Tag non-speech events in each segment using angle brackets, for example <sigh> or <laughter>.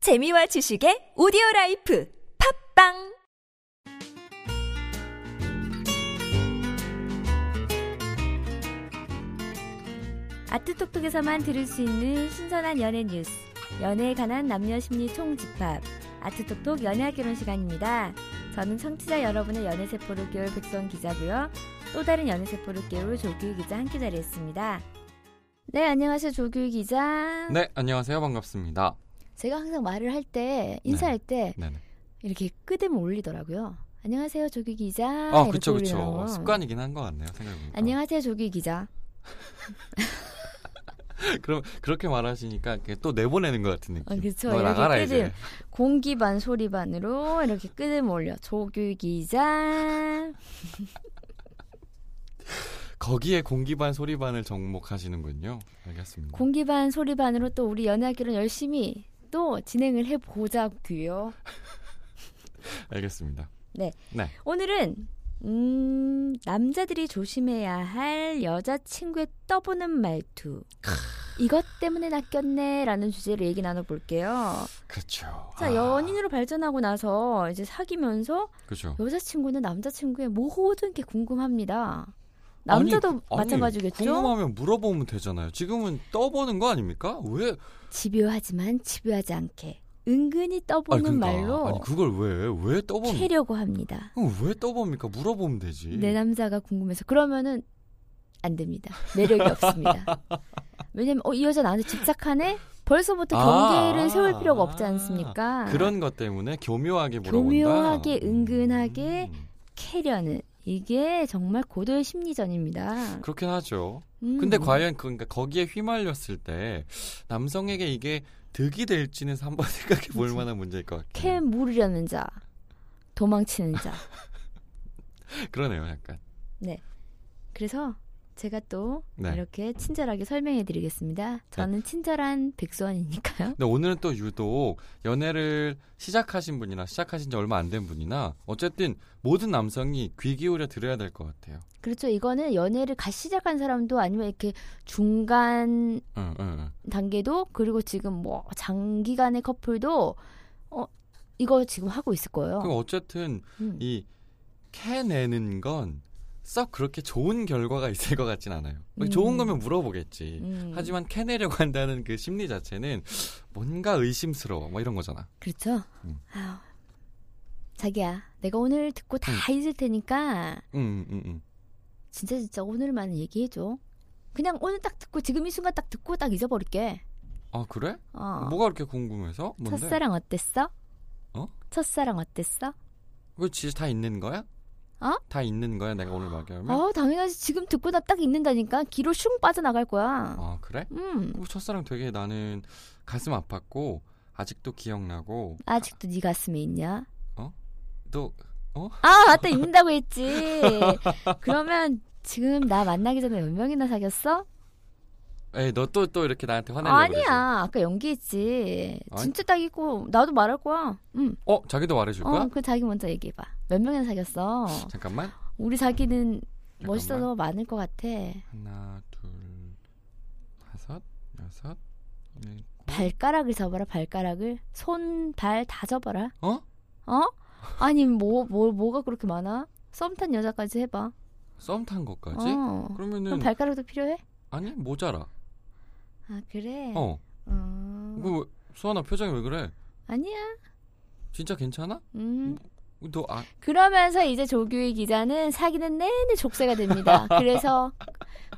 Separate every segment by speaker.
Speaker 1: 재미와 지식의 오디오 라이프 팝빵
Speaker 2: 아트톡톡에서만 들을 수 있는 신선한 연애 뉴스, 연애에 관한 남녀 심리 총집합, 아트톡톡 연애학 결혼 시간입니다. 저는 청취자 여러분의 연애 세포를 깨울 백선 기자고요. 또 다른 연애 세포를 깨울 조규희 기자 함께 자리했습니다. 네, 안녕하세요. 조규희 기자.
Speaker 3: 네, 안녕하세요. 반갑습니다.
Speaker 2: 제가 항상 말을 할 때 인사할 때
Speaker 3: 네네.
Speaker 2: 이렇게 끄듬어 올리더라고요. 안녕하세요. 조규희 기자.
Speaker 3: 아,
Speaker 2: 이렇게
Speaker 3: 그쵸,
Speaker 2: 올리더라고요.
Speaker 3: 그쵸. 습관이긴 한 것 같네요, 생각해보니까.
Speaker 2: 안녕하세요. 조규희 기자.
Speaker 3: 그럼, 그렇게 말하시니까 이렇게 또 내보내는 것 같은 느낌.
Speaker 2: 아, 그쵸.
Speaker 3: 너
Speaker 2: 이렇게
Speaker 3: 나가라,
Speaker 2: 끄집-
Speaker 3: 이제.
Speaker 2: 공기 반 소리 반으로 이렇게 끄듬어 올려. 조규희 기자.
Speaker 3: 거기에 공기반, 소리반을 정목하시는군요. 알겠습니다.
Speaker 2: 공기 반 소리 반으로 또 우리 연애하기로 열심히 또 진행을 해보자고요.
Speaker 3: 알겠습니다.
Speaker 2: 오늘은 음, 남자들이 조심해야 할 여자친구의 떠보는 말투. 이것 때문에 낚였네 라는 주제로 얘기 나눠볼게요.
Speaker 3: 그쵸.
Speaker 2: 자,
Speaker 3: 아,
Speaker 2: 연인으로 발전하고 나서 이제 사귀면서
Speaker 3: 그쵸.
Speaker 2: 여자친구는 남자친구의 모든 게 궁금합니다. 남자도
Speaker 3: 아니, 아니,
Speaker 2: 마찬가지겠죠?
Speaker 3: 궁금하면 물어보면 되잖아요. 지금은 떠보는 거 아닙니까? 왜?
Speaker 2: 집요하지만 집요하지 않게 은근히
Speaker 3: 아니,
Speaker 2: 떠보는
Speaker 3: 그러니까.
Speaker 2: 말로
Speaker 3: 아니, 그걸 왜? 왜 떠봅니까?
Speaker 2: 캐려고 합니다.
Speaker 3: 그럼 왜 떠봅니까? 물어보면 되지.
Speaker 2: 내 남자가 궁금해서 그러면은 안 됩니다. 매력이
Speaker 3: <laughs>
Speaker 2: 없습니다. 왜냐면 어, 이 여자 나한테 집착하네. 벌써부터
Speaker 3: 아,
Speaker 2: 경계를 세울 필요가 없지
Speaker 3: 아,
Speaker 2: 않습니까?
Speaker 3: 그런 것 때문에 교묘하게 물어본다.
Speaker 2: 교묘하게, 은근하게.
Speaker 3: 음,
Speaker 2: 캐려는 이게 정말 고도의 심리전입니다.
Speaker 3: 그렇긴 하죠.
Speaker 2: 음.
Speaker 3: 근데 과연 그러니까 거기에 휘말렸을 때 남성에게 이게 득이 될지는 한번 <laughs> 생각해 볼
Speaker 2: 그치.
Speaker 3: 만한 문제일 것 같긴
Speaker 2: 캐
Speaker 3: 해요.
Speaker 2: 물으려는 자, 도망치는 자.
Speaker 3: 그러네요, 약간.
Speaker 2: 그래서 제가 또
Speaker 3: 네.
Speaker 2: 이렇게 친절하게 설명해드리겠습니다. 저는 친절한 백수원이니까요. <laughs>
Speaker 3: 근데 오늘은 또 유독 연애를 시작하신 분이나 시작하신 지 얼마 안 된 분이나 어쨌든 모든 남성이 귀 기울여 들어야 될 것 같아요.
Speaker 2: 그렇죠. 이거는 연애를 갓 시작한 사람도 아니면 이렇게 중간
Speaker 3: 응, 응, 응.
Speaker 2: 단계도 그리고 지금 뭐 장기간의 커플도 어 이거 지금 하고 있을 거예요.
Speaker 3: 그럼 어쨌든
Speaker 2: 음.
Speaker 3: 이 캐내는 건 썩 그렇게 좋은 결과가 <laughs> 있을 것 같진 않아요. 그러니까
Speaker 2: 음.
Speaker 3: 좋은 거면 물어보겠지.
Speaker 2: 음.
Speaker 3: 하지만 캐내려고 <laughs> 한다는 그 심리 자체는 뭔가 의심스러워. 뭐 이런 거잖아.
Speaker 2: 그렇죠.
Speaker 3: 음.
Speaker 2: 아유, 자기야, 내가 오늘 듣고 다
Speaker 3: 음.
Speaker 2: 잊을 테니까
Speaker 3: 응, 응, 응.
Speaker 2: 진짜 진짜 오늘만 얘기해 줘. 그냥 오늘 딱 듣고 지금 이 순간 딱 듣고 딱 잊어버릴게.
Speaker 3: 아 그래?
Speaker 2: 어.
Speaker 3: 뭐가 그렇게 궁금해서? 뭔데?
Speaker 2: 첫사랑 어땠어?
Speaker 3: 어?
Speaker 2: 첫사랑 어땠어?
Speaker 3: 그거 진짜 다 있는 거야?
Speaker 2: 어?
Speaker 3: 다 있는 거야? 내가 오늘 말하면?
Speaker 2: 아 당연하지 지금 듣고 나 딱 잊는다니까 귀로 슝 빠져나갈 거야.
Speaker 3: 아 그래?
Speaker 2: 음
Speaker 3: 그 첫사랑 되게 나는 가슴 아팠고 아직도 기억나고
Speaker 2: 아직도 네 가슴에 있냐?
Speaker 3: 또
Speaker 2: 아 맞다 있는다고
Speaker 3: <laughs>
Speaker 2: 했지 그러면 지금 나 만나기 전에 몇 명이나 사귀었어?
Speaker 3: 에이 너 또 또 이렇게 나한테 화내려고
Speaker 2: 아니야
Speaker 3: 그러지?
Speaker 2: 아까 연기했지
Speaker 3: 아니.
Speaker 2: 진짜 딱 있고 나도 말할 거야 음.
Speaker 3: 어? 자기도 말해줄 거야?
Speaker 2: 응어그 자기 먼저 얘기해봐 몇 명이나 사귀었어
Speaker 3: 잠깐만
Speaker 2: 우리 자기는 멋있어
Speaker 3: 잠깐만.
Speaker 2: 서 많을 것 같아
Speaker 3: 하나 둘 다섯 여섯 네. 일곱.
Speaker 2: 발가락을 접어라 발가락을 손 발 다 접어라
Speaker 3: 어?
Speaker 2: 어? 아니 뭐 뭐 뭐가 그렇게 많아? 썸 탄 여자까지 해봐
Speaker 3: 썸 탄 것까지?
Speaker 2: 어
Speaker 3: 그러면은
Speaker 2: 그럼 발가락도 필요해?
Speaker 3: 아니 모자라
Speaker 2: 아 그래
Speaker 3: 어
Speaker 2: 어.
Speaker 3: 그 왜- 수아나 표정이 왜 그래?
Speaker 2: 아니야
Speaker 3: 진짜 괜찮아?
Speaker 2: 음
Speaker 3: 너 아,
Speaker 2: 그러면서 이제 조규희 기자는 사귀는 내내 족쇄가
Speaker 3: <laughs>
Speaker 2: 됩니다. 그래서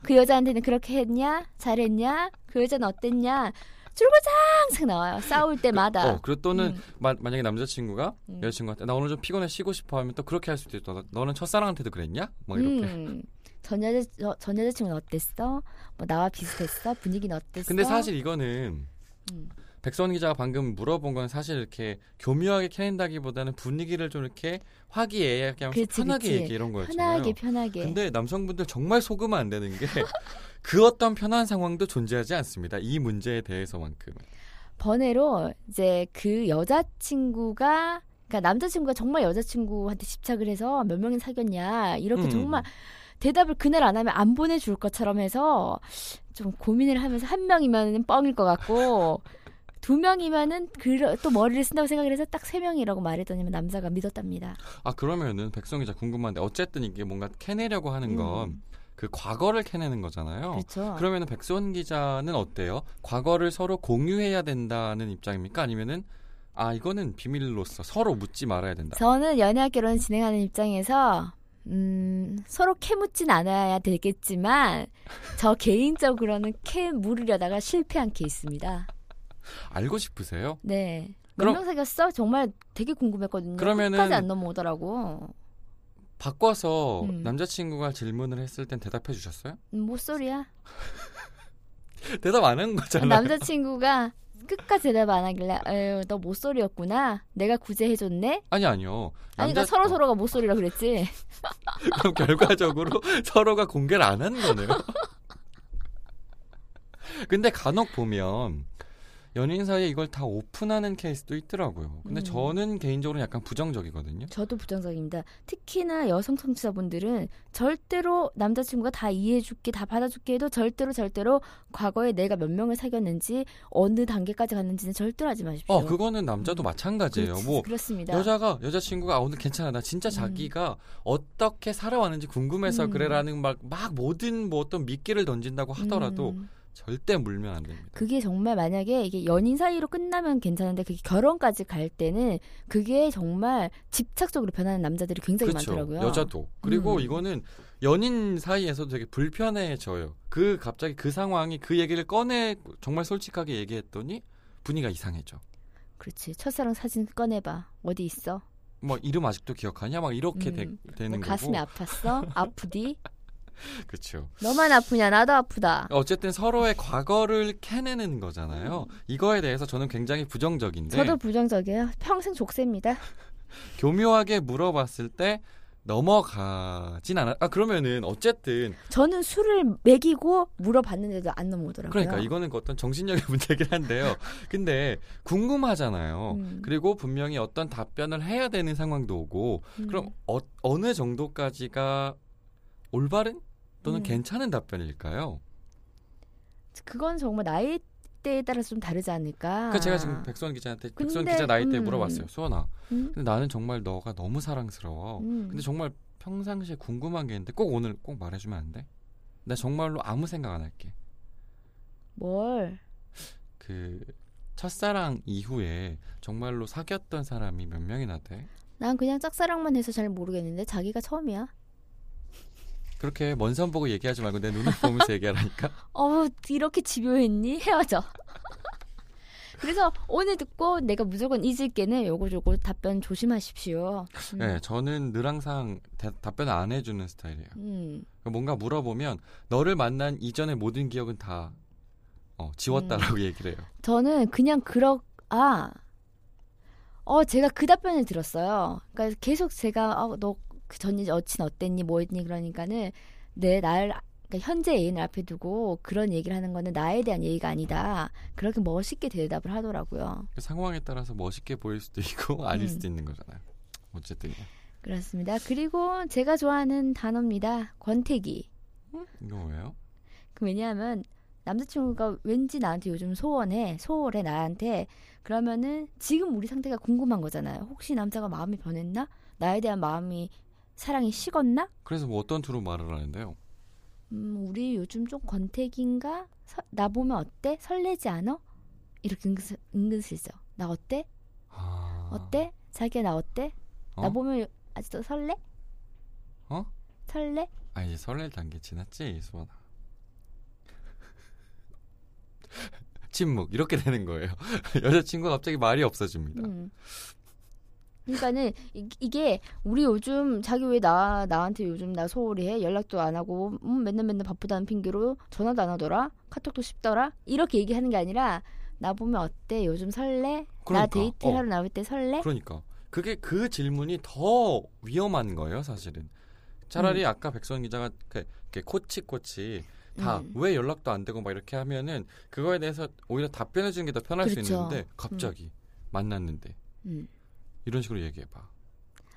Speaker 2: 그 여자한테는 그렇게 했냐? 잘했냐? 그 여자는 어땠냐? 줄거장 항상 나와요. 싸울 때마다.
Speaker 3: 어, 그리고 또는
Speaker 2: 음.
Speaker 3: 마- 만약에 남자친구가
Speaker 2: 음.
Speaker 3: 여자친구한테 나 오늘 좀 피곤해 쉬고 싶어 하면 또 그렇게 할 수도 있다. 너- 너는 첫사랑한테도 그랬냐? 막뭐 이렇게.
Speaker 2: 음. 전 여자 저- 전 여자친구는 어땠어? 뭐 나와 비슷했어? 분위기는 어땠어?
Speaker 3: 근데 사실 이거는
Speaker 2: 음.
Speaker 3: 백선 기자가 방금 물어본 건 사실 이렇게 교묘하게 캐낸다기보다는 분위기를 좀 이렇게 화기애애하게 하면서
Speaker 2: 그치,
Speaker 3: 편하게
Speaker 2: 그치.
Speaker 3: 얘기 이런 거였잖아요.
Speaker 2: 편하게 편하게.
Speaker 3: 근데 남성분들 정말 속으면 안 되는 게 <laughs> 그 어떤 편한 상황도 존재하지 않습니다. 이 문제에 대해서만큼.
Speaker 2: 번외로 이제 그 여자친구가 그러니까 남자친구가 정말 여자친구한테 집착을 해서 몇 명이 사귀었냐 이렇게
Speaker 3: 음.
Speaker 2: 정말 대답을 그날 안 하면 안
Speaker 3: <laughs>
Speaker 2: 보내줄 것처럼 해서 좀 고민을 하면서 한 명이면 은 뻥일 것 같고 두 명이면은 그러, 또 머리를 쓴다고 생각을 해서 딱 세 명이라고 말했더니만 남자가 믿었답니다.
Speaker 3: 아 그러면은 백성기자 궁금한데 어쨌든 이게 뭔가 캐내려고 하는 건 그
Speaker 2: 음,
Speaker 3: 과거를 캐내는 거잖아요.
Speaker 2: 그렇죠.
Speaker 3: 그러면은 백수원 기자는 어때요? 과거를 서로 공유해야 된다는 입장입니까? 아니면은 아 이거는 비밀로서 서로 묻지 말아야 된다.
Speaker 2: 저는 연애학 결혼 진행하는 입장에서 음, 서로 캐묻진 않아야 되겠지만
Speaker 3: <laughs>
Speaker 2: 저 개인적으로는 캐물으려다가 실패한 케이스입니다.
Speaker 3: 알고 싶으세요?
Speaker 2: 네. 몇
Speaker 3: 그럼-
Speaker 2: 명 사귀었어? 정말 되게 궁금했거든요.
Speaker 3: 그러면은-
Speaker 2: 끝까지 안 넘어오더라고.
Speaker 3: 바꿔서
Speaker 2: 음.
Speaker 3: 남자친구가 질문을 했을 땐 대답해 주셨어요?
Speaker 2: 음, 뭐 소리야?
Speaker 3: 대답 안 한 거잖아요.
Speaker 2: 남자친구가 끝까지 대답 안 하길래 에휴 너 모쏠이었구나. 내가 구제해줬네.
Speaker 3: 아니 아니요.
Speaker 2: 아니 그러니까 서로 서로가 모쏠이라 그랬지.
Speaker 3: <laughs> 그럼 결과적으로 <laughs> 서로가 공개를 안 한 거네요. <laughs> 근데 간혹 보면 연인 사이에 이걸 다 오픈하는 케이스도 있더라고요. 근데
Speaker 2: 음.
Speaker 3: 저는 개인적으로 약간 부정적이거든요.
Speaker 2: 저도 부정적입니다. 특히나 여성 청취자분들은 절대로 남자친구가 다 이해해줄게, 다 받아줄게 해도 절대로 절대로 과거에 내가 몇 명을 사귀었는지 어느 단계까지 갔는지는 절대로 하지 마십시오.
Speaker 3: 어, 그거는 남자도
Speaker 2: 음.
Speaker 3: 마찬가지예요.
Speaker 2: 그렇지,
Speaker 3: 뭐
Speaker 2: 그렇습니다.
Speaker 3: 여자가 여자친구가 아, 오늘 괜찮아 나 진짜
Speaker 2: 음.
Speaker 3: 자기가 어떻게 살아왔는지 궁금해서
Speaker 2: 음.
Speaker 3: 그래라는 막, 막 모든 뭐 어떤 미끼를 던진다고 하더라도
Speaker 2: 음.
Speaker 3: 절대 물면 안 됩니다.
Speaker 2: 그게 정말 만약에 이게 연인 사이로 끝나면 괜찮은데 그게 결혼까지 갈 때는 그게 정말 집착적으로 변하는 남자들이 굉장히 많더라고요.
Speaker 3: 여자도. 그리고
Speaker 2: 음.
Speaker 3: 이거는 연인 사이에서도 되게 불편해져요. 그 갑자기 그 상황이 그 얘기를 꺼내 정말 솔직하게 얘기했더니 분위기가 이상해져.
Speaker 2: 그렇지. 첫사랑 사진 꺼내봐. 어디 있어?
Speaker 3: 뭐 이름 아직도 기억하냐? 막 이렇게
Speaker 2: 음.
Speaker 3: 되,
Speaker 2: 뭐
Speaker 3: 는
Speaker 2: 가슴이
Speaker 3: 거고.
Speaker 2: 아팠어? 아프디?
Speaker 3: 그렇죠.
Speaker 2: 너만 아프냐? 나도 아프다.
Speaker 3: 어쨌든 서로의 과거를 캐내는 거잖아요. 이거에 대해서 저는 굉장히 부정적인데
Speaker 2: 저도 부정적이에요. 평생 족쇄입니다.
Speaker 3: 교묘하게 물어봤을 때 넘어가진 않아. 아 그러면은 어쨌든
Speaker 2: 저는 술을 먹이고 물어봤는데도 안 넘어오더라고요.
Speaker 3: 그러니까 이거는 어떤 정신력의 <laughs> 문제긴 한데요. 근데 궁금하잖아요.
Speaker 2: 음.
Speaker 3: 어, 그리고 분명히 어떤 답변을 해야 되는 상황도 오고
Speaker 2: 음.
Speaker 3: 그럼 어, 어느 정도까지가 올바른 또는
Speaker 2: 음.
Speaker 3: 괜찮은 답변일까요?
Speaker 2: 그건 정말 나이 대에 따라서 좀 다르지 않을까?
Speaker 3: 그 제가 지금 백수원 기자한테 백수원
Speaker 2: 아. 근데,
Speaker 3: 기자 나이 때
Speaker 2: 음.
Speaker 3: 물어봤어요. 수원아,
Speaker 2: 음?
Speaker 3: 근데 나는 정말 너가 너무 사랑스러워.
Speaker 2: 음.
Speaker 3: 어, 근데 정말 평상시에 궁금한 게 있는데 꼭 오늘 꼭 말해주면 안 돼? 나 정말로 아무 생각 안 할게.
Speaker 2: 뭘?
Speaker 3: 그 첫사랑 이후에 정말로 사귀었던 사람이 몇 명이나 돼?
Speaker 2: 난 그냥 짝사랑만 해서 잘 모르겠는데 자기가 처음이야.
Speaker 3: 그렇게 먼 선 보고 얘기하지 말고 내 눈을 보면서 얘기하라니까.
Speaker 2: 어우 이렇게 집요했니? 헤어져. <laughs> 그래서 오늘 듣고 내가 무조건 잊을 게는 요거 저거 답변 조심하십시오. <laughs> 음.
Speaker 3: 네, 저는 늘 항상 대- 답변을 안 해주는 스타일이에요. 그러니까
Speaker 2: 음.
Speaker 3: 뭔가 물어보면 너를 만난 이전의 모든 기억은 다 어,
Speaker 2: 음.
Speaker 3: 지웠다라고 얘기를 해요. 그러니까
Speaker 2: 저는 그냥 그러 아. 어, 제가 그 답변을 들었어요. 그러니까 계속 제가 어, 너그 전 여친 어땠니? 뭐했니? 그러니까는 내날 그러니까 현재 애인 앞에 두고 그런 얘기를 하는 거는 나에 대한 얘기가 아니다. 그렇게 멋있게 대답을 하더라고요.
Speaker 3: 그 상황에 따라서 멋있게 보일 수도 있고 <laughs> 아닐
Speaker 2: 음.
Speaker 3: 수도 있는 거잖아요. 어쨌든
Speaker 2: 그렇습니다. 그리고 제가 좋아하는 단어입니다. 권태기.
Speaker 3: 이거 뭐예요?
Speaker 2: 그 왜냐하면 남자친구가 왠지 나한테 요즘 소원해 소홀해 나한테 그러면은 지금 우리 상태가 궁금한 거잖아요 혹시 남자가 마음이 변했나 나에 대한 마음이 사랑이 식었나
Speaker 3: 그래서 뭐 어떤 투로 말을 하는데요?
Speaker 2: 음 우리 요즘 좀 권태기인가 서- 나 보면 어때 설레지 않아 이렇게 은근슬, 은근슬쩍 나 어때
Speaker 3: 아,
Speaker 2: 어때 자기야 나 어때 나
Speaker 3: 어?
Speaker 2: 보면 요- 아직도 설레
Speaker 3: 어?
Speaker 2: 설레
Speaker 3: 아 이제 설렐 단계 지났지 수원아. <laughs> 침묵 이렇게 되는 거예요. <laughs> 여자친구가 갑자기 말이 없어집니다.
Speaker 2: 음. 그러니까는 이, 이게 우리 요즘 자기 왜 나 나한테 요즘 나 소홀히 해 연락도 안 하고 음, 맨날 맨날 바쁘다는 핑계로 전화도 안 하더라 카톡도 쉽더라 이렇게 얘기하는 게 아니라 나 보면 어때 요즘 설레 나
Speaker 3: 그러니까,
Speaker 2: 데이트
Speaker 3: 어.
Speaker 2: 하러 나올 때 설레
Speaker 3: 그러니까 그게 그 질문이 더 위험한 거예요 사실은 차라리
Speaker 2: 음.
Speaker 3: 아까 백선 기자가 그- 이렇게 코치코치 다
Speaker 2: 음.
Speaker 3: 왜 연락도 안 되고 막 이렇게 하면은 그거에 대해서 오히려 답변해 주는 게 더 편할 수
Speaker 2: 그렇죠.
Speaker 3: 있는데 갑자기 만났는데
Speaker 2: 음.
Speaker 3: 이런 식으로 얘기해 봐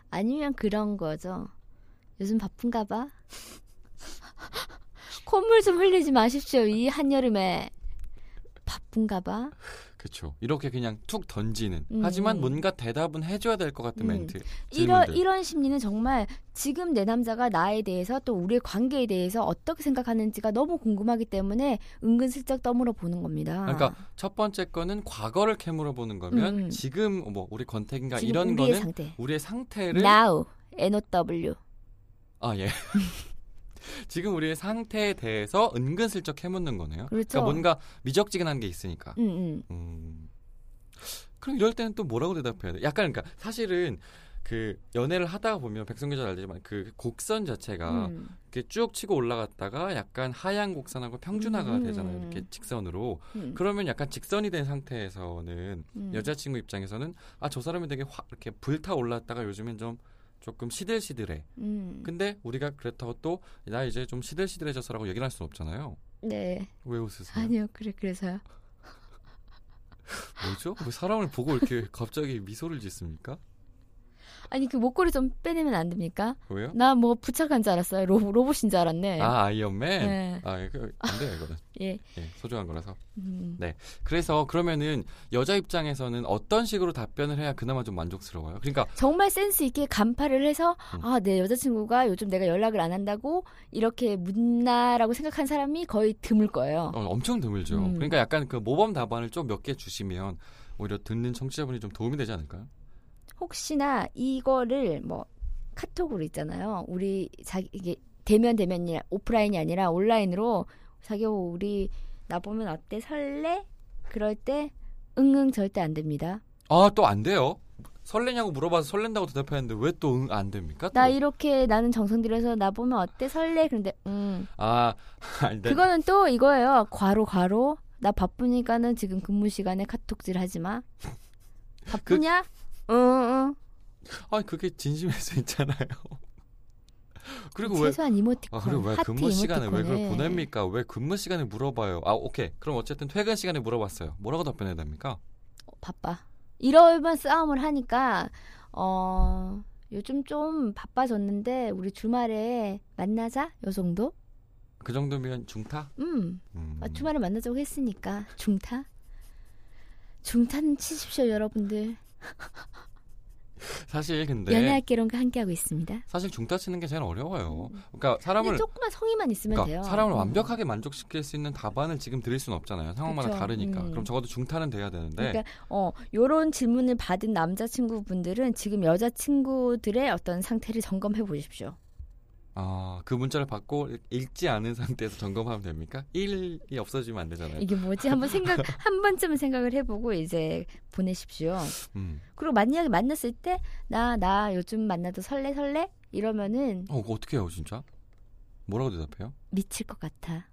Speaker 2: 아니면 그런 거죠 요즘 바쁜가 봐 <laughs> 콧물 좀 흘리지 마십시오 이 한여름에 바쁜가 봐
Speaker 3: 그렇죠. 이렇게 그냥 툭 던지는.
Speaker 2: 음.
Speaker 3: 하지만 뭔가 대답은 해줘야 될 것 같은
Speaker 2: 음.
Speaker 3: 멘트.
Speaker 2: 이런
Speaker 3: 질문들.
Speaker 2: 이런 심리는 정말 지금 내 남자가 나에 대해서 또 우리의 관계에 대해서 어떻게 생각하는지가 너무 궁금하기 때문에 은근슬쩍 떠물어 보는 겁니다.
Speaker 3: 그러니까 첫 번째 거는 과거를 캐물어 보는 거면
Speaker 2: 음.
Speaker 3: 지금 뭐 우리 권태기가
Speaker 2: 지금
Speaker 3: 이런
Speaker 2: 우리의
Speaker 3: 거는
Speaker 2: 상태.
Speaker 3: 우리의 상태를
Speaker 2: Now, N-O-W.
Speaker 3: 아 예. <laughs> 지금 우리의 상태에 대해서 은근슬쩍 캐묻는 거네요.
Speaker 2: 그렇죠.
Speaker 3: 러니까 뭔가 미적지근한 게 있으니까.
Speaker 2: 음, 음.
Speaker 3: 음. 그럼 이럴 때는 또 뭐라고 대답해야 돼? 약간 그러니까 사실은 그 연애를 하다가 보면 백성 기자 알지만 그 곡선 자체가
Speaker 2: 음.
Speaker 3: 이렇게 쭉 치고 올라갔다가 약간 하얀 곡선하고 평준화가
Speaker 2: 음.
Speaker 3: 되잖아요. 이렇게 직선으로.
Speaker 2: 음.
Speaker 3: 그러면 약간 직선이 된 상태에서는
Speaker 2: 음.
Speaker 3: 여자친구 입장에서는 아 저 사람이 되게 확 이렇게 불타 올랐다가 요즘엔 좀 조금 시들시들해.
Speaker 2: 음.
Speaker 3: 근데 우리가 그렇다고 또 나 이제 좀 시들시들해져서라고 얘기를 할 수는 없잖아요.
Speaker 2: 네.
Speaker 3: 왜 웃으세요?
Speaker 2: 아니요. 그래 그래서요.
Speaker 3: 뭐죠? 왜 사람을 보고 이렇게 <laughs> 갑자기 미소를 짓습니까?
Speaker 2: 아니 그 목걸이 좀 빼내면 안 됩니까?
Speaker 3: 왜요?
Speaker 2: 나 뭐 부착한 줄 알았어요. 로, 로봇인 줄 알았네.
Speaker 3: 어? 아 아이언맨.
Speaker 2: 네.
Speaker 3: 아 이거 안 돼요 이거는.
Speaker 2: 예.
Speaker 3: 예, 소중한 거라서.
Speaker 2: 음.
Speaker 3: 그래서 그러면은 여자 입장에서는 어떤 식으로 답변을 해야 그나마 좀 만족스러워요? 그러니까
Speaker 2: 정말 센스 있게 간파를 해서 아, 내 여자친구가 요즘 내가 연락을 안 한다고 이렇게 묻나라고 생각한 사람이 거의 드물 거예요.
Speaker 3: 어, 엄청 드물죠.
Speaker 2: 음.
Speaker 3: 그러니까 약간 그 모범 답안을 좀 몇 개 주시면 오히려 듣는 청취자분이 좀 도움이 되지 않을까요?
Speaker 2: 혹시나 이거를 뭐 카톡으로 있잖아요. 우리 자기 이게 대면 대면이 오프라인이 아니라 온라인으로 자기 우리 나 보면 어때 설레? 그럴 때 응응 절대 안 됩니다.
Speaker 3: 아 또 안 돼요. 설레냐고 물어봐서 설렌다고 대답했는데 왜 또 안 됩니까?
Speaker 2: 나
Speaker 3: 또?
Speaker 2: 이렇게 나는 정성 들여서 나 보면 어때 설레? 그런데 음
Speaker 3: 아 <laughs> 아니, 네.
Speaker 2: 그거는 또 이거예요. 과로 과로. 나 바쁘니까는 지금 근무 시간에 카톡질 하지
Speaker 3: <laughs>
Speaker 2: 마.
Speaker 3: 그
Speaker 2: 바쁘냐? 어, 응, 응.
Speaker 3: 아 그게 진심일 수 있잖아요. <laughs> 그리고 왜
Speaker 2: 최소한 이모티콘.
Speaker 3: 아, 그리고 왜
Speaker 2: 하트
Speaker 3: 근무 시간에 왜 그걸
Speaker 2: 이모티콘에.
Speaker 3: 보냅니까? 왜 근무 시간에 물어봐요? 아, 오케이. 그럼 어쨌든 퇴근 시간에 물어봤어요. 뭐라고 답변해야 됩니까?
Speaker 2: 어, 바빠. 이러면 싸움을 하니까 어 요즘 좀 바빠졌는데 우리 주말에 만나자. 요 정도?
Speaker 3: 그 정도면 중타?
Speaker 2: 음.
Speaker 3: 음.
Speaker 2: 아, 주말에 만나자고 했으니까 중타. 중타는 치십시오, 여러분들.
Speaker 3: 사실 근데
Speaker 2: 연애할 게론과 함께하고 있습니다.
Speaker 3: 사실 중타 치는 게 제일 어려워요. 그러니까 사람을
Speaker 2: 그냥 조그만 성의만 있으면
Speaker 3: 그러니까
Speaker 2: 돼요.
Speaker 3: 사람을
Speaker 2: 음.
Speaker 3: 완벽하게 만족시킬 수 있는 답안을 지금 드릴 수는 없잖아요. 상황마다
Speaker 2: 그쵸.
Speaker 3: 다르니까.
Speaker 2: 음.
Speaker 3: 그럼 적어도 중타는 돼야 되는데
Speaker 2: 그러니까 어 요런 질문을 받은 남자친구분들은 지금 여자친구들의 어떤 상태를 점검해 보십시오.
Speaker 3: 아, 그 문자를 받고 읽지 않은 상태에서 점검하면 됩니까? 1이 없어지면 안 되잖아요.
Speaker 2: 이게 뭐지? 한번
Speaker 3: <laughs>
Speaker 2: 생각 한 번쯤은 생각을 해보고 이제 보내십시오.
Speaker 3: 음.
Speaker 2: 그리고 만약에 만났을 때 나 나 요즘 만나도 설레 설레 이러면은
Speaker 3: 어, 그거 어떻게 해요, 진짜? 뭐라고 대답해요?
Speaker 2: 미칠 것 같아.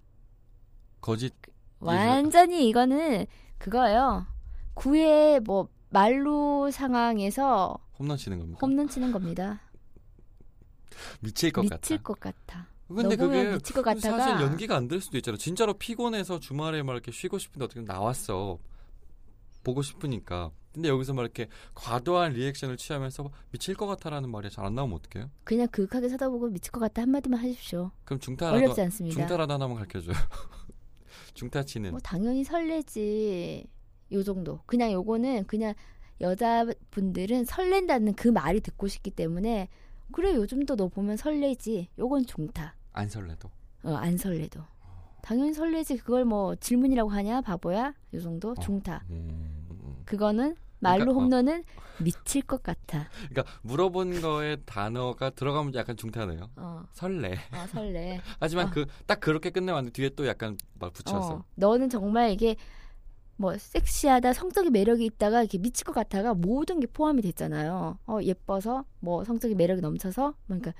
Speaker 3: 거짓
Speaker 2: 완전히 이거는 그거예요. 구애 뭐 말로 상황에서
Speaker 3: 홈런 치는 겁니까?
Speaker 2: 홈런 치는 겁니다.
Speaker 3: 미칠 것
Speaker 2: 미칠
Speaker 3: 같아.
Speaker 2: 것 같아.
Speaker 3: 근데
Speaker 2: 너 보면
Speaker 3: 그게
Speaker 2: 미칠 것
Speaker 3: 사실
Speaker 2: 같다가
Speaker 3: 연기가 안 될 수도 있잖아. 진짜로 피곤해서 주말에 막 이렇게 쉬고 싶은데 어떻게 나왔어. 보고 싶으니까. 근데 여기서 막 이렇게 과도한 리액션을 취하면서 미칠 것 같아라는 말이 잘 안 나오면 어떡해요?
Speaker 2: 그냥 그윽하게 쳐다보고 미칠 것 같다 한마디만 하십시오.
Speaker 3: 그럼
Speaker 2: 어렵지
Speaker 3: 중타라도
Speaker 2: 않습니다.
Speaker 3: 중타라도 하나만 가르쳐 줘요. <laughs> 중타 치는
Speaker 2: 뭐 당연히 설레지 요 정도. 그냥 요거는 그냥 여자분들은 설렌다는 그 말이 듣고 싶기 때문에 그래 요즘도 너 보면 설레지. 요건 중타.
Speaker 3: 안 설레도.
Speaker 2: 어, 안 설레도. 당연히 설레지. 그걸 뭐 질문이라고 하냐 바보야. 요 정도 중타.
Speaker 3: 음.
Speaker 2: 그거는 말로
Speaker 3: 어. 그러니까, 어.
Speaker 2: 홈런은 미칠 것 같아.
Speaker 3: 그러니까 물어본 거에 단어가 들어가면 약간 중타네요.
Speaker 2: 어,
Speaker 3: 설레.
Speaker 2: 아 설레.
Speaker 3: 하지만
Speaker 2: 어.
Speaker 3: 그 딱 그렇게 끝내면 안 돼. 뒤에 또 약간 막 붙여서.
Speaker 2: 어, 너는 정말 이게 뭐 섹시하다 성적인 매력이 있다가 이렇게 미칠 것 같아가 모든 게 포함이 됐잖아요. 어 예뻐서 뭐 성적인 매력이 넘쳐서 뭐 그러니까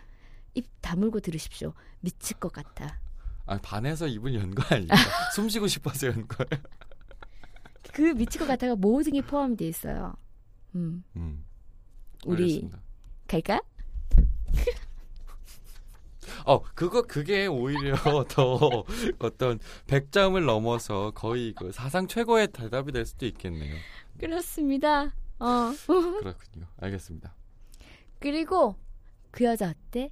Speaker 2: 입 다물고 들으십시오. 미칠 것 같아.
Speaker 3: 아, 반해서 입을 연 거 아니에요? <laughs> 숨 쉬고 싶어서 연 거예요?
Speaker 2: 그 미칠 것 같아가 모든 게 포함이 돼 있어요. 음
Speaker 3: 음,
Speaker 2: 우리
Speaker 3: 알겠습니다.
Speaker 2: 갈까?
Speaker 3: 어, 그거, 그게 오히려 <laughs> 더 어떤 100점을 넘어서 거의 그 사상 최고의 대답이 될 수도 있겠네요.
Speaker 2: 그렇습니다. 어
Speaker 3: 그렇군요. 알겠습니다.
Speaker 2: 그리고 그 여자 어때?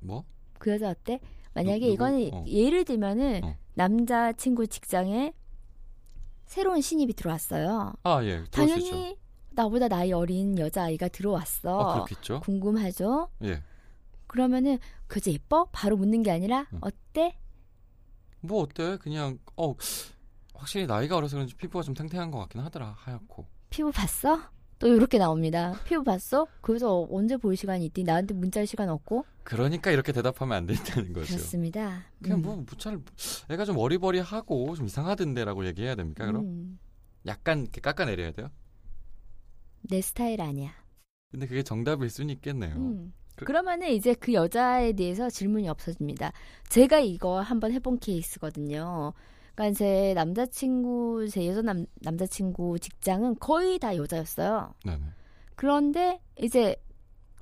Speaker 3: 뭐?
Speaker 2: 그 여자 어때? 만약에
Speaker 3: 누구?
Speaker 2: 이거는
Speaker 3: 어.
Speaker 2: 예를 들면은
Speaker 3: 어.
Speaker 2: 남자 친구 직장에 새로운 신입이 들어왔어요.
Speaker 3: 아, 예. 그럴 수 있죠.
Speaker 2: 당연히 나보다 나이 어린 여자아이가 들어왔어.
Speaker 3: 아, 그렇겠죠.
Speaker 2: 궁금하죠?
Speaker 3: 예.
Speaker 2: 그러면은 그 여자 예뻐? 바로 묻는 게 아니라
Speaker 3: 음.
Speaker 2: 어때?
Speaker 3: 뭐 어때? 그냥 어 확실히 나이가 어려서 그런지 피부가 좀 탱탱한 것 같긴 하더라. 하얗고.
Speaker 2: 피부 봤어? 또 이렇게 나옵니다. 피부 봤어? 그래서 언제 볼 시간이 있디? 나한테 문자할 시간 없고?
Speaker 3: 그러니까 이렇게 대답하면 안 된다는 거죠.
Speaker 2: 그렇습니다.
Speaker 3: 그냥
Speaker 2: 음.
Speaker 3: 뭐 무찰 애가 좀 어리버리하고 좀 이상하던데라고 얘기해야 됩니까? 그러니까 그럼
Speaker 2: 음.
Speaker 3: 약간 이렇게 깎아내려야 돼요.
Speaker 2: 내 스타일 아니야.
Speaker 3: 근데 그게 정답일 수는 있겠네요.
Speaker 2: 음.
Speaker 3: 그-
Speaker 2: 그러면은 이제 그 여자에 대해서 질문이 없어집니다. 제가 이거 한번 해본 케이스거든요. 그러니까 제 남자친구, 제 여자 남, 남자친구 직장은 거의 다 여자였어요.
Speaker 3: 네네.
Speaker 2: 그런데 이제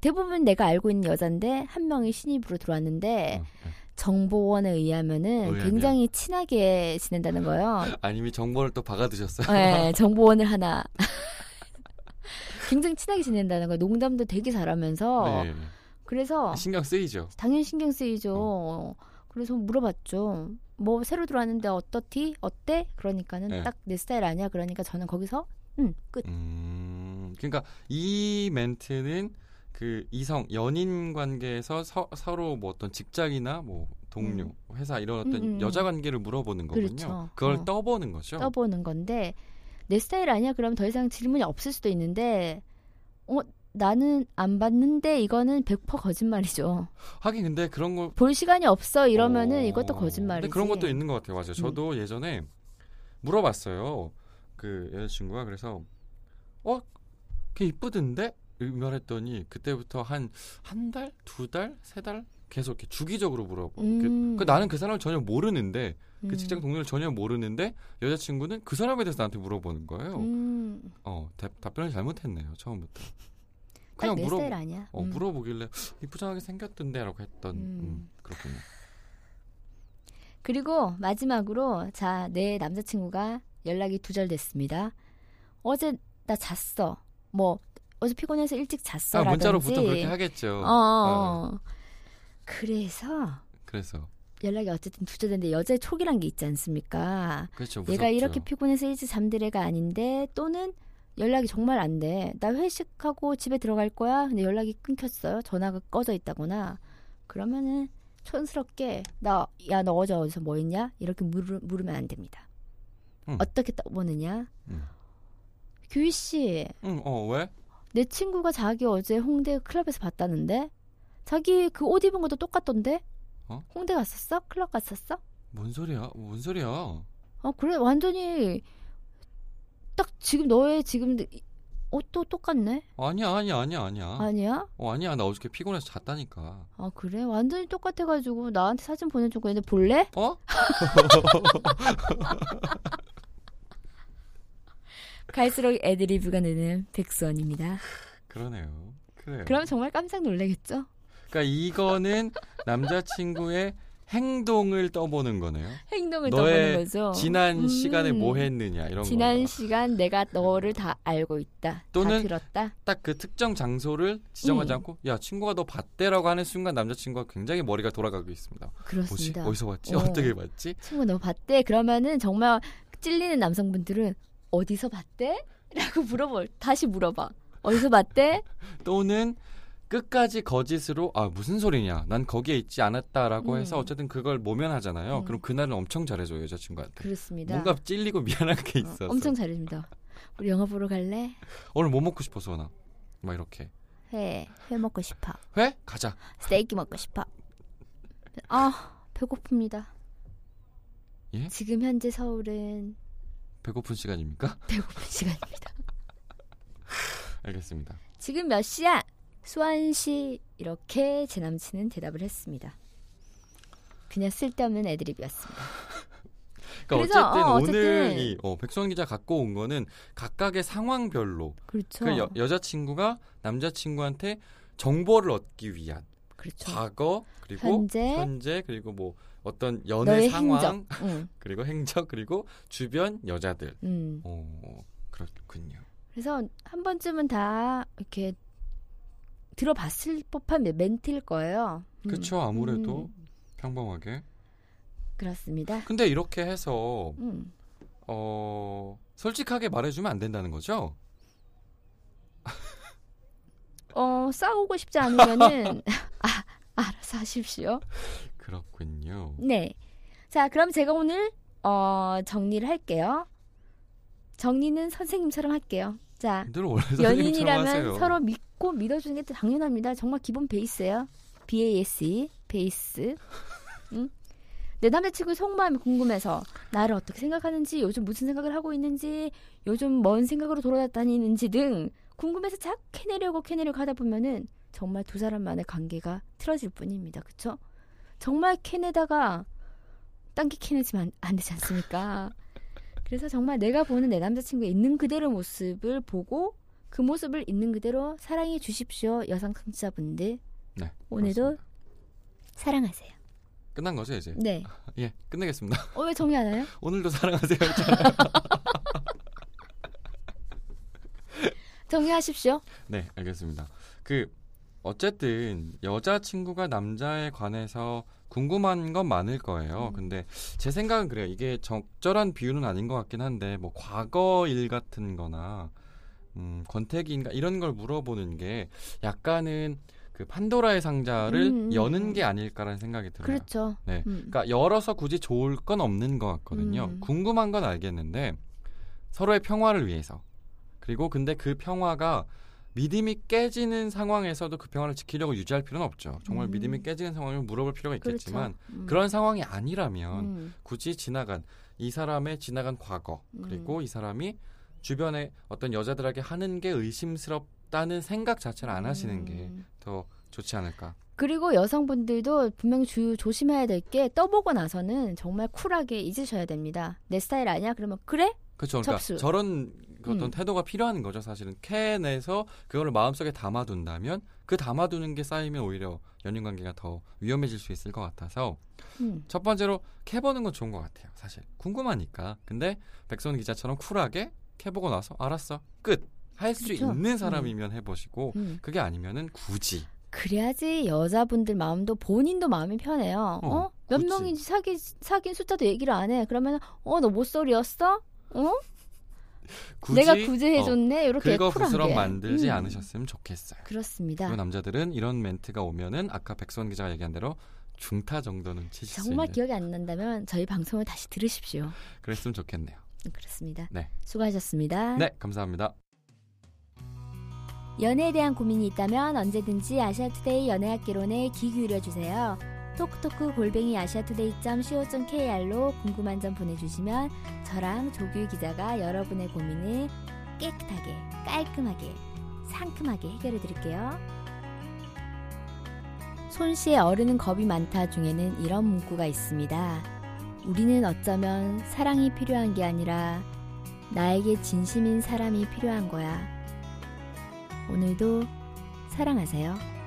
Speaker 2: 대부분 내가 알고 있는 여잔데 한 명이 신입으로 들어왔는데
Speaker 3: 어, 네.
Speaker 2: 정보원에 의하면은
Speaker 3: 의하면?
Speaker 2: 굉장히 친하게 지낸다는 거예요.
Speaker 3: 아니면 정보를 또 박아두셨어요. <laughs>
Speaker 2: 네, 정보원을 하나. <laughs> 굉장히 친하게 지낸다는 거예요. 농담도 되게 잘하면서.
Speaker 3: 네.
Speaker 2: 그래서
Speaker 3: 신경 쓰이죠.
Speaker 2: 당연히 신경
Speaker 3: 음.
Speaker 2: 쓰이죠. 어, 그래서 물어봤죠. 뭐 새로 들어왔는데 어떻디? 어때? 그러니까는
Speaker 3: 네.
Speaker 2: 딱 내 스타일 아니야. 그러니까 저는 거기서 응, 끝.
Speaker 3: 음, 그러니까 이 멘트는 그 이성 연인 관계에서 서, 서로 뭐 어떤 직장이나 뭐 동료, 회사 이런 어떤
Speaker 2: 음, 음,
Speaker 3: 여자 관계를 물어보는 거군요.
Speaker 2: 그렇죠.
Speaker 3: 걸
Speaker 2: 어.
Speaker 3: 떠보는 거죠.
Speaker 2: 떠보는 건데 내 스타일 아니야. 그러면 더 이상 질문이 없을 수도 있는데 어 나는 안 봤는데 이거는 100% 거짓말이죠. <laughs>
Speaker 3: 하긴 근데 그런 거
Speaker 2: 볼 시간이 없어 이러면은
Speaker 3: 어,
Speaker 2: 이것도
Speaker 3: 근데
Speaker 2: 거짓말이지. 음.
Speaker 3: 그런 것도 있는 것 같아요. 맞아요. 저도 예전에 물어봤어요. 그 여자친구가 그래서 어, 걔 이쁘던데? 이 말했더니 그때부터 한 한 달, 두 달, 세 달 계속 이렇게 주기적으로 물어보고 이렇게
Speaker 2: 음.
Speaker 3: 그 나는 그 사람을 전혀 모르는데 그
Speaker 2: 음.
Speaker 3: 직장 동료를 전혀 모르는데 여자친구는 그 사람에 대해서 나한테 물어보는 거예요.
Speaker 2: 음,
Speaker 3: 어 대- 답변을 잘못했네요 처음부터.
Speaker 2: 딱
Speaker 3: 그냥
Speaker 2: 내
Speaker 3: 물어
Speaker 2: 스타일 아니야.
Speaker 3: 어,
Speaker 2: 음.
Speaker 3: 물어보길래 이쁘장하게 생겼던데라고 했던 음.
Speaker 2: 음.
Speaker 3: 그렇군요.
Speaker 2: 그리고 마지막으로 자, 내 남자친구가 연락이 두절됐습니다. 어제 나 잤어. 뭐 어제 피곤해서 일찍
Speaker 3: 아,
Speaker 2: 잤어라든지.
Speaker 3: 문자로 보통 그렇게 하겠죠. 네.
Speaker 2: 어, 어. 그래서
Speaker 3: 그래서
Speaker 2: 연락이 어쨌든 두절됐는데 여자의 촉이란 게 있지 않습니까?
Speaker 3: 그렇죠.
Speaker 2: 내가
Speaker 3: 무섭죠.
Speaker 2: 이렇게 피곤해서 일찍 잠들 애가 아닌데 또는 연락이 정말 안 돼. 나 회식하고 집에 들어갈 거야. 근데 연락이 끊겼어요. 전화가 꺼져 있다거나. 그러면은 촌스럽게 나 야 너 어제 어디서 뭐 했냐? 이렇게 물으, 물으면 안 됩니다.
Speaker 3: 음.
Speaker 2: 어떻게 떠보느냐?
Speaker 3: 음.
Speaker 2: 규희 씨,
Speaker 3: 응, 어 왜?
Speaker 2: 내 친구가 자기 어제 홍대 클럽에서 봤다는데 자기 그 옷 입은 것도 똑같던데?
Speaker 3: 어?
Speaker 2: 홍대 갔었어? 클럽 갔었어?
Speaker 3: 뭔 소리야? 어, 뭔 소리야?
Speaker 2: 아 그래 완전히 딱 지금 너의 지금 이- 옷도 똑같네
Speaker 3: 아니야, 아니야, 아니야, 아니야.
Speaker 2: 아니야
Speaker 3: 어 아니야. 나 어저께 피곤해서 잤다니까.
Speaker 2: 아 그래 완전히 똑같아가지고 나한테 사진 보내준 거 있는데 볼래
Speaker 3: 어?
Speaker 2: 갈수록 애드리브가 느는 백수원입니다
Speaker 3: 음. 그러네요. 그래요.
Speaker 2: 그럼 정말 깜짝 놀라겠죠
Speaker 3: 그러니까 이거는 <laughs> 남자친구의 행동을 떠보는 거네요.
Speaker 2: 행동을
Speaker 3: 너의
Speaker 2: 떠보는 거죠
Speaker 3: 지난
Speaker 2: 음.
Speaker 3: 시간에 뭐 했느냐 이런
Speaker 2: 지난
Speaker 3: 거.
Speaker 2: 시간 내가 너를 다 알고 있다
Speaker 3: 또는
Speaker 2: 다 들었다
Speaker 3: 딱그 특정 장소를 지정하지
Speaker 2: 음.
Speaker 3: 않고 야 친구가 너 봤대라고 하는 순간 남자친구가 굉장히 머리가 돌아가고 있습니다. 뭐지?
Speaker 2: 그렇습니다
Speaker 3: 어디서 봤지?
Speaker 2: 어.
Speaker 3: 어. 떻게 봤지?
Speaker 2: 친구 너 봤대 그러면은 정말 찔리는 남성분들은 어디서 봤대 라고 물어볼 다시 물어봐 어디서 봤대
Speaker 3: 또는 끝까지 거짓으로 아 무슨 소리냐 난 거기에 있지 않았다라고
Speaker 2: 음.
Speaker 3: 해서 어쨌든 그걸 모면하잖아요.
Speaker 2: 음.
Speaker 3: 그럼 그날은 엄청 잘해줘요 여자친구한테.
Speaker 2: 그렇습니다.
Speaker 3: 뭔가 찔리고 미안한 게
Speaker 2: 어,
Speaker 3: 있었어.
Speaker 2: 엄청 잘해줍니다. 우리 영화 보러 갈래?
Speaker 3: 오늘 뭐 먹고 싶어서 나. 막 이렇게
Speaker 2: 회, 회 먹고 싶어.
Speaker 3: 회 가자.
Speaker 2: 스테이크 먹고 싶어. 아, 배고픕니다.
Speaker 3: 예?
Speaker 2: 지금 현재 서울은
Speaker 3: 배고픈 시간입니까? <laughs>
Speaker 2: 배고픈 시간입니다.
Speaker 3: 알겠습니다.
Speaker 2: 지금 몇 시야? 수완시 이렇게 제 남친은 대답을 했습니다. 그냥 쓸데없는 애드립이었습니다.
Speaker 3: 그러니까
Speaker 2: 그래서,
Speaker 3: 어쨌든
Speaker 2: 어,
Speaker 3: 오늘
Speaker 2: 어쨌든.
Speaker 3: 이 어, 백수원 기자 갖고 온 거는 각각의 상황별로
Speaker 2: 그렇죠.
Speaker 3: 그 여, 여자친구가 남자친구한테 정보를 얻기 위한
Speaker 2: 그렇죠.
Speaker 3: 과거 그리고
Speaker 2: 현재.
Speaker 3: 그리고 뭐 어떤 연애
Speaker 2: 너의
Speaker 3: 상황
Speaker 2: 행적. 응,
Speaker 3: 그리고 행적 그리고 주변 여자들
Speaker 2: 응.
Speaker 3: 어 그렇군요
Speaker 2: 그래서 한 번쯤은 다 이렇게 들어봤을 법한 멘트일 거예요. 음.
Speaker 3: 그쵸 아무래도
Speaker 2: 음,
Speaker 3: 평범하게
Speaker 2: 그렇습니다.
Speaker 3: 근데 이렇게 해서
Speaker 2: 음.
Speaker 3: 어, 솔직하게 말해주면 안 된다는 거죠?
Speaker 2: 어, 싸우고 싶지 않으면은 <laughs> 아, 알아서 하십시오.
Speaker 3: 그렇군요.
Speaker 2: 네. 자, 그럼 제가 오늘 어, 정리를 할게요. 정리는 선생님처럼 할게요. 자,
Speaker 3: 늘 원래 선생님처럼 하세요.
Speaker 2: 음. 연인이라면 서로 믿고 믿어주는 게 당연합니다. 정말 기본 베이스예요. BASE 베이스. 응? 내 남자친구 속마음이 궁금해서 나를 어떻게 생각하는지, 요즘 무슨 생각을 하고 있는지, 요즘 뭔 생각으로 돌아다니는지 등 궁금해서 자꾸 캐내려고 캐내려고 하다 보면은 정말 두 사람만의 관계가 틀어질 뿐입니다. 그쵸? 정말 캐내다가 딴 게 캐내지만 안 되지
Speaker 3: <laughs>
Speaker 2: 않습니까? 그래서 정말 내가 보는 내 남자친구의 있는 그대로 모습을 보고 그 모습을 있는 그대로 사랑해 주십시오. 여성 청취자분들.
Speaker 3: 네,
Speaker 2: 오늘도
Speaker 3: 그렇습니다.
Speaker 2: 사랑하세요.
Speaker 3: 끝난 거죠 이제?
Speaker 2: 네.
Speaker 3: 예, 끝내겠습니다.
Speaker 2: 어, 왜 정리 안 해요?
Speaker 3: 오늘도 사랑하세요.
Speaker 2: <laughs>
Speaker 3: 했잖아요.
Speaker 2: 정리하십시오.
Speaker 3: 네, 알겠습니다. 그 어쨌든 여자 친구가 남자에 관해서 궁금한 건 많을 거예요.
Speaker 2: 음.
Speaker 3: 근데 제 생각은 그래요. 이게 적절한 비유는 아닌 것 같긴 한데 뭐 과거 일 같은 거나 음, 권태기인가 이런 걸 물어보는 게 약간은 그 판도라의 상자를
Speaker 2: 음, 음,
Speaker 3: 여는
Speaker 2: 음.
Speaker 3: 게 아닐까라는 생각이 들어요.
Speaker 2: 그렇죠.
Speaker 3: 네.
Speaker 2: 음.
Speaker 3: 그러니까 열어서 굳이 좋을 건 없는 것 같거든요.
Speaker 2: 음.
Speaker 3: 궁금한 건 알겠는데 서로의 평화를 위해서 그리고 근데 그 평화가 믿음이 깨지는 상황에서도 그 평화를 지키려고 유지할 필요는 없죠. 정말
Speaker 2: 음.
Speaker 3: 믿음이 깨지는 상황이면 물어볼 필요가
Speaker 2: 그렇죠.
Speaker 3: 있겠지만
Speaker 2: 음.
Speaker 3: 그런 상황이 아니라면
Speaker 2: 음.
Speaker 3: 굳이 지나간 이 사람의 지나간 과거
Speaker 2: 음.
Speaker 3: 그리고 이 사람이 주변에 어떤 여자들에게 하는 게 의심스럽다는 생각 자체를 안 하시는
Speaker 2: 음.
Speaker 3: 게 더 좋지 않을까.
Speaker 2: 그리고 여성분들도 분명 주 조심해야 될 게 떠보고 나서는 정말 쿨하게 잊으셔야 됩니다. 내 스타일 아니야? 그러면 그래?
Speaker 3: 그렇죠. 그러니까
Speaker 2: 접수.
Speaker 3: 저런 그 어떤
Speaker 2: 음.
Speaker 3: 태도가 필요한 거죠. 사실은 캐내서 그거를 마음속에 담아둔다면 그 담아두는 게 쌓이면 오히려 연인 관계가 더 위험해질 수 있을 것 같아서
Speaker 2: 음.
Speaker 3: 첫 번째로 캐보는 건 좋은 것 같아요. 사실 궁금하니까. 근데 백선 기자처럼 쿨하게 캐보고 나서 알았어 끝. 할 수
Speaker 2: 그렇죠.
Speaker 3: 있는 사람이면 해보시고
Speaker 2: 음.
Speaker 3: 그게 아니면은 굳이
Speaker 2: 그래야지 여자분들 마음도 본인도 마음이 편해요.
Speaker 3: 어,
Speaker 2: 어? 몇
Speaker 3: 그치.
Speaker 2: 명인지 사귄 사귄 숫자도 얘기를 안 해. 그러면 어 너 못소리였어? 어?
Speaker 3: 굳이 어,
Speaker 2: 내가 구제해줬네. 이렇게
Speaker 3: 긁어 부스럼
Speaker 2: 쿨하게.
Speaker 3: 만들지
Speaker 2: 음.
Speaker 3: 않으셨으면 좋겠어요.
Speaker 2: 그렇습니다.
Speaker 3: 그리고 남자들은 이런 멘트가 오면은 아까 백선 기자가 얘기한 대로 중타 정도는 치실
Speaker 2: 정말
Speaker 3: 수 있는
Speaker 2: 기억이 안 난다면 저희 방송을 다시 들으십시오.
Speaker 3: 그랬으면 좋겠네요.
Speaker 2: 그렇습니다.
Speaker 3: 네.
Speaker 2: 수고하셨습니다.
Speaker 3: 네, 감사합니다.
Speaker 2: 연애에 대한 고민이 있다면 언제든지 아시아투데이 연애학개론에 귀 기울여주세요. 톡톡크 골뱅이 아시아투데이.co.kr로 궁금한 점 보내주시면 저랑 조규 기자가 여러분의 고민을 깨끗하게, 깔끔하게, 상큼하게 해결해드릴게요. 손씨의 어른은 겁이 많다 중에는 이런 문구가 있습니다. 우리는 어쩌면 사랑이 필요한 게 아니라 나에게 진심인 사람이 필요한 거야. 오늘도 사랑하세요.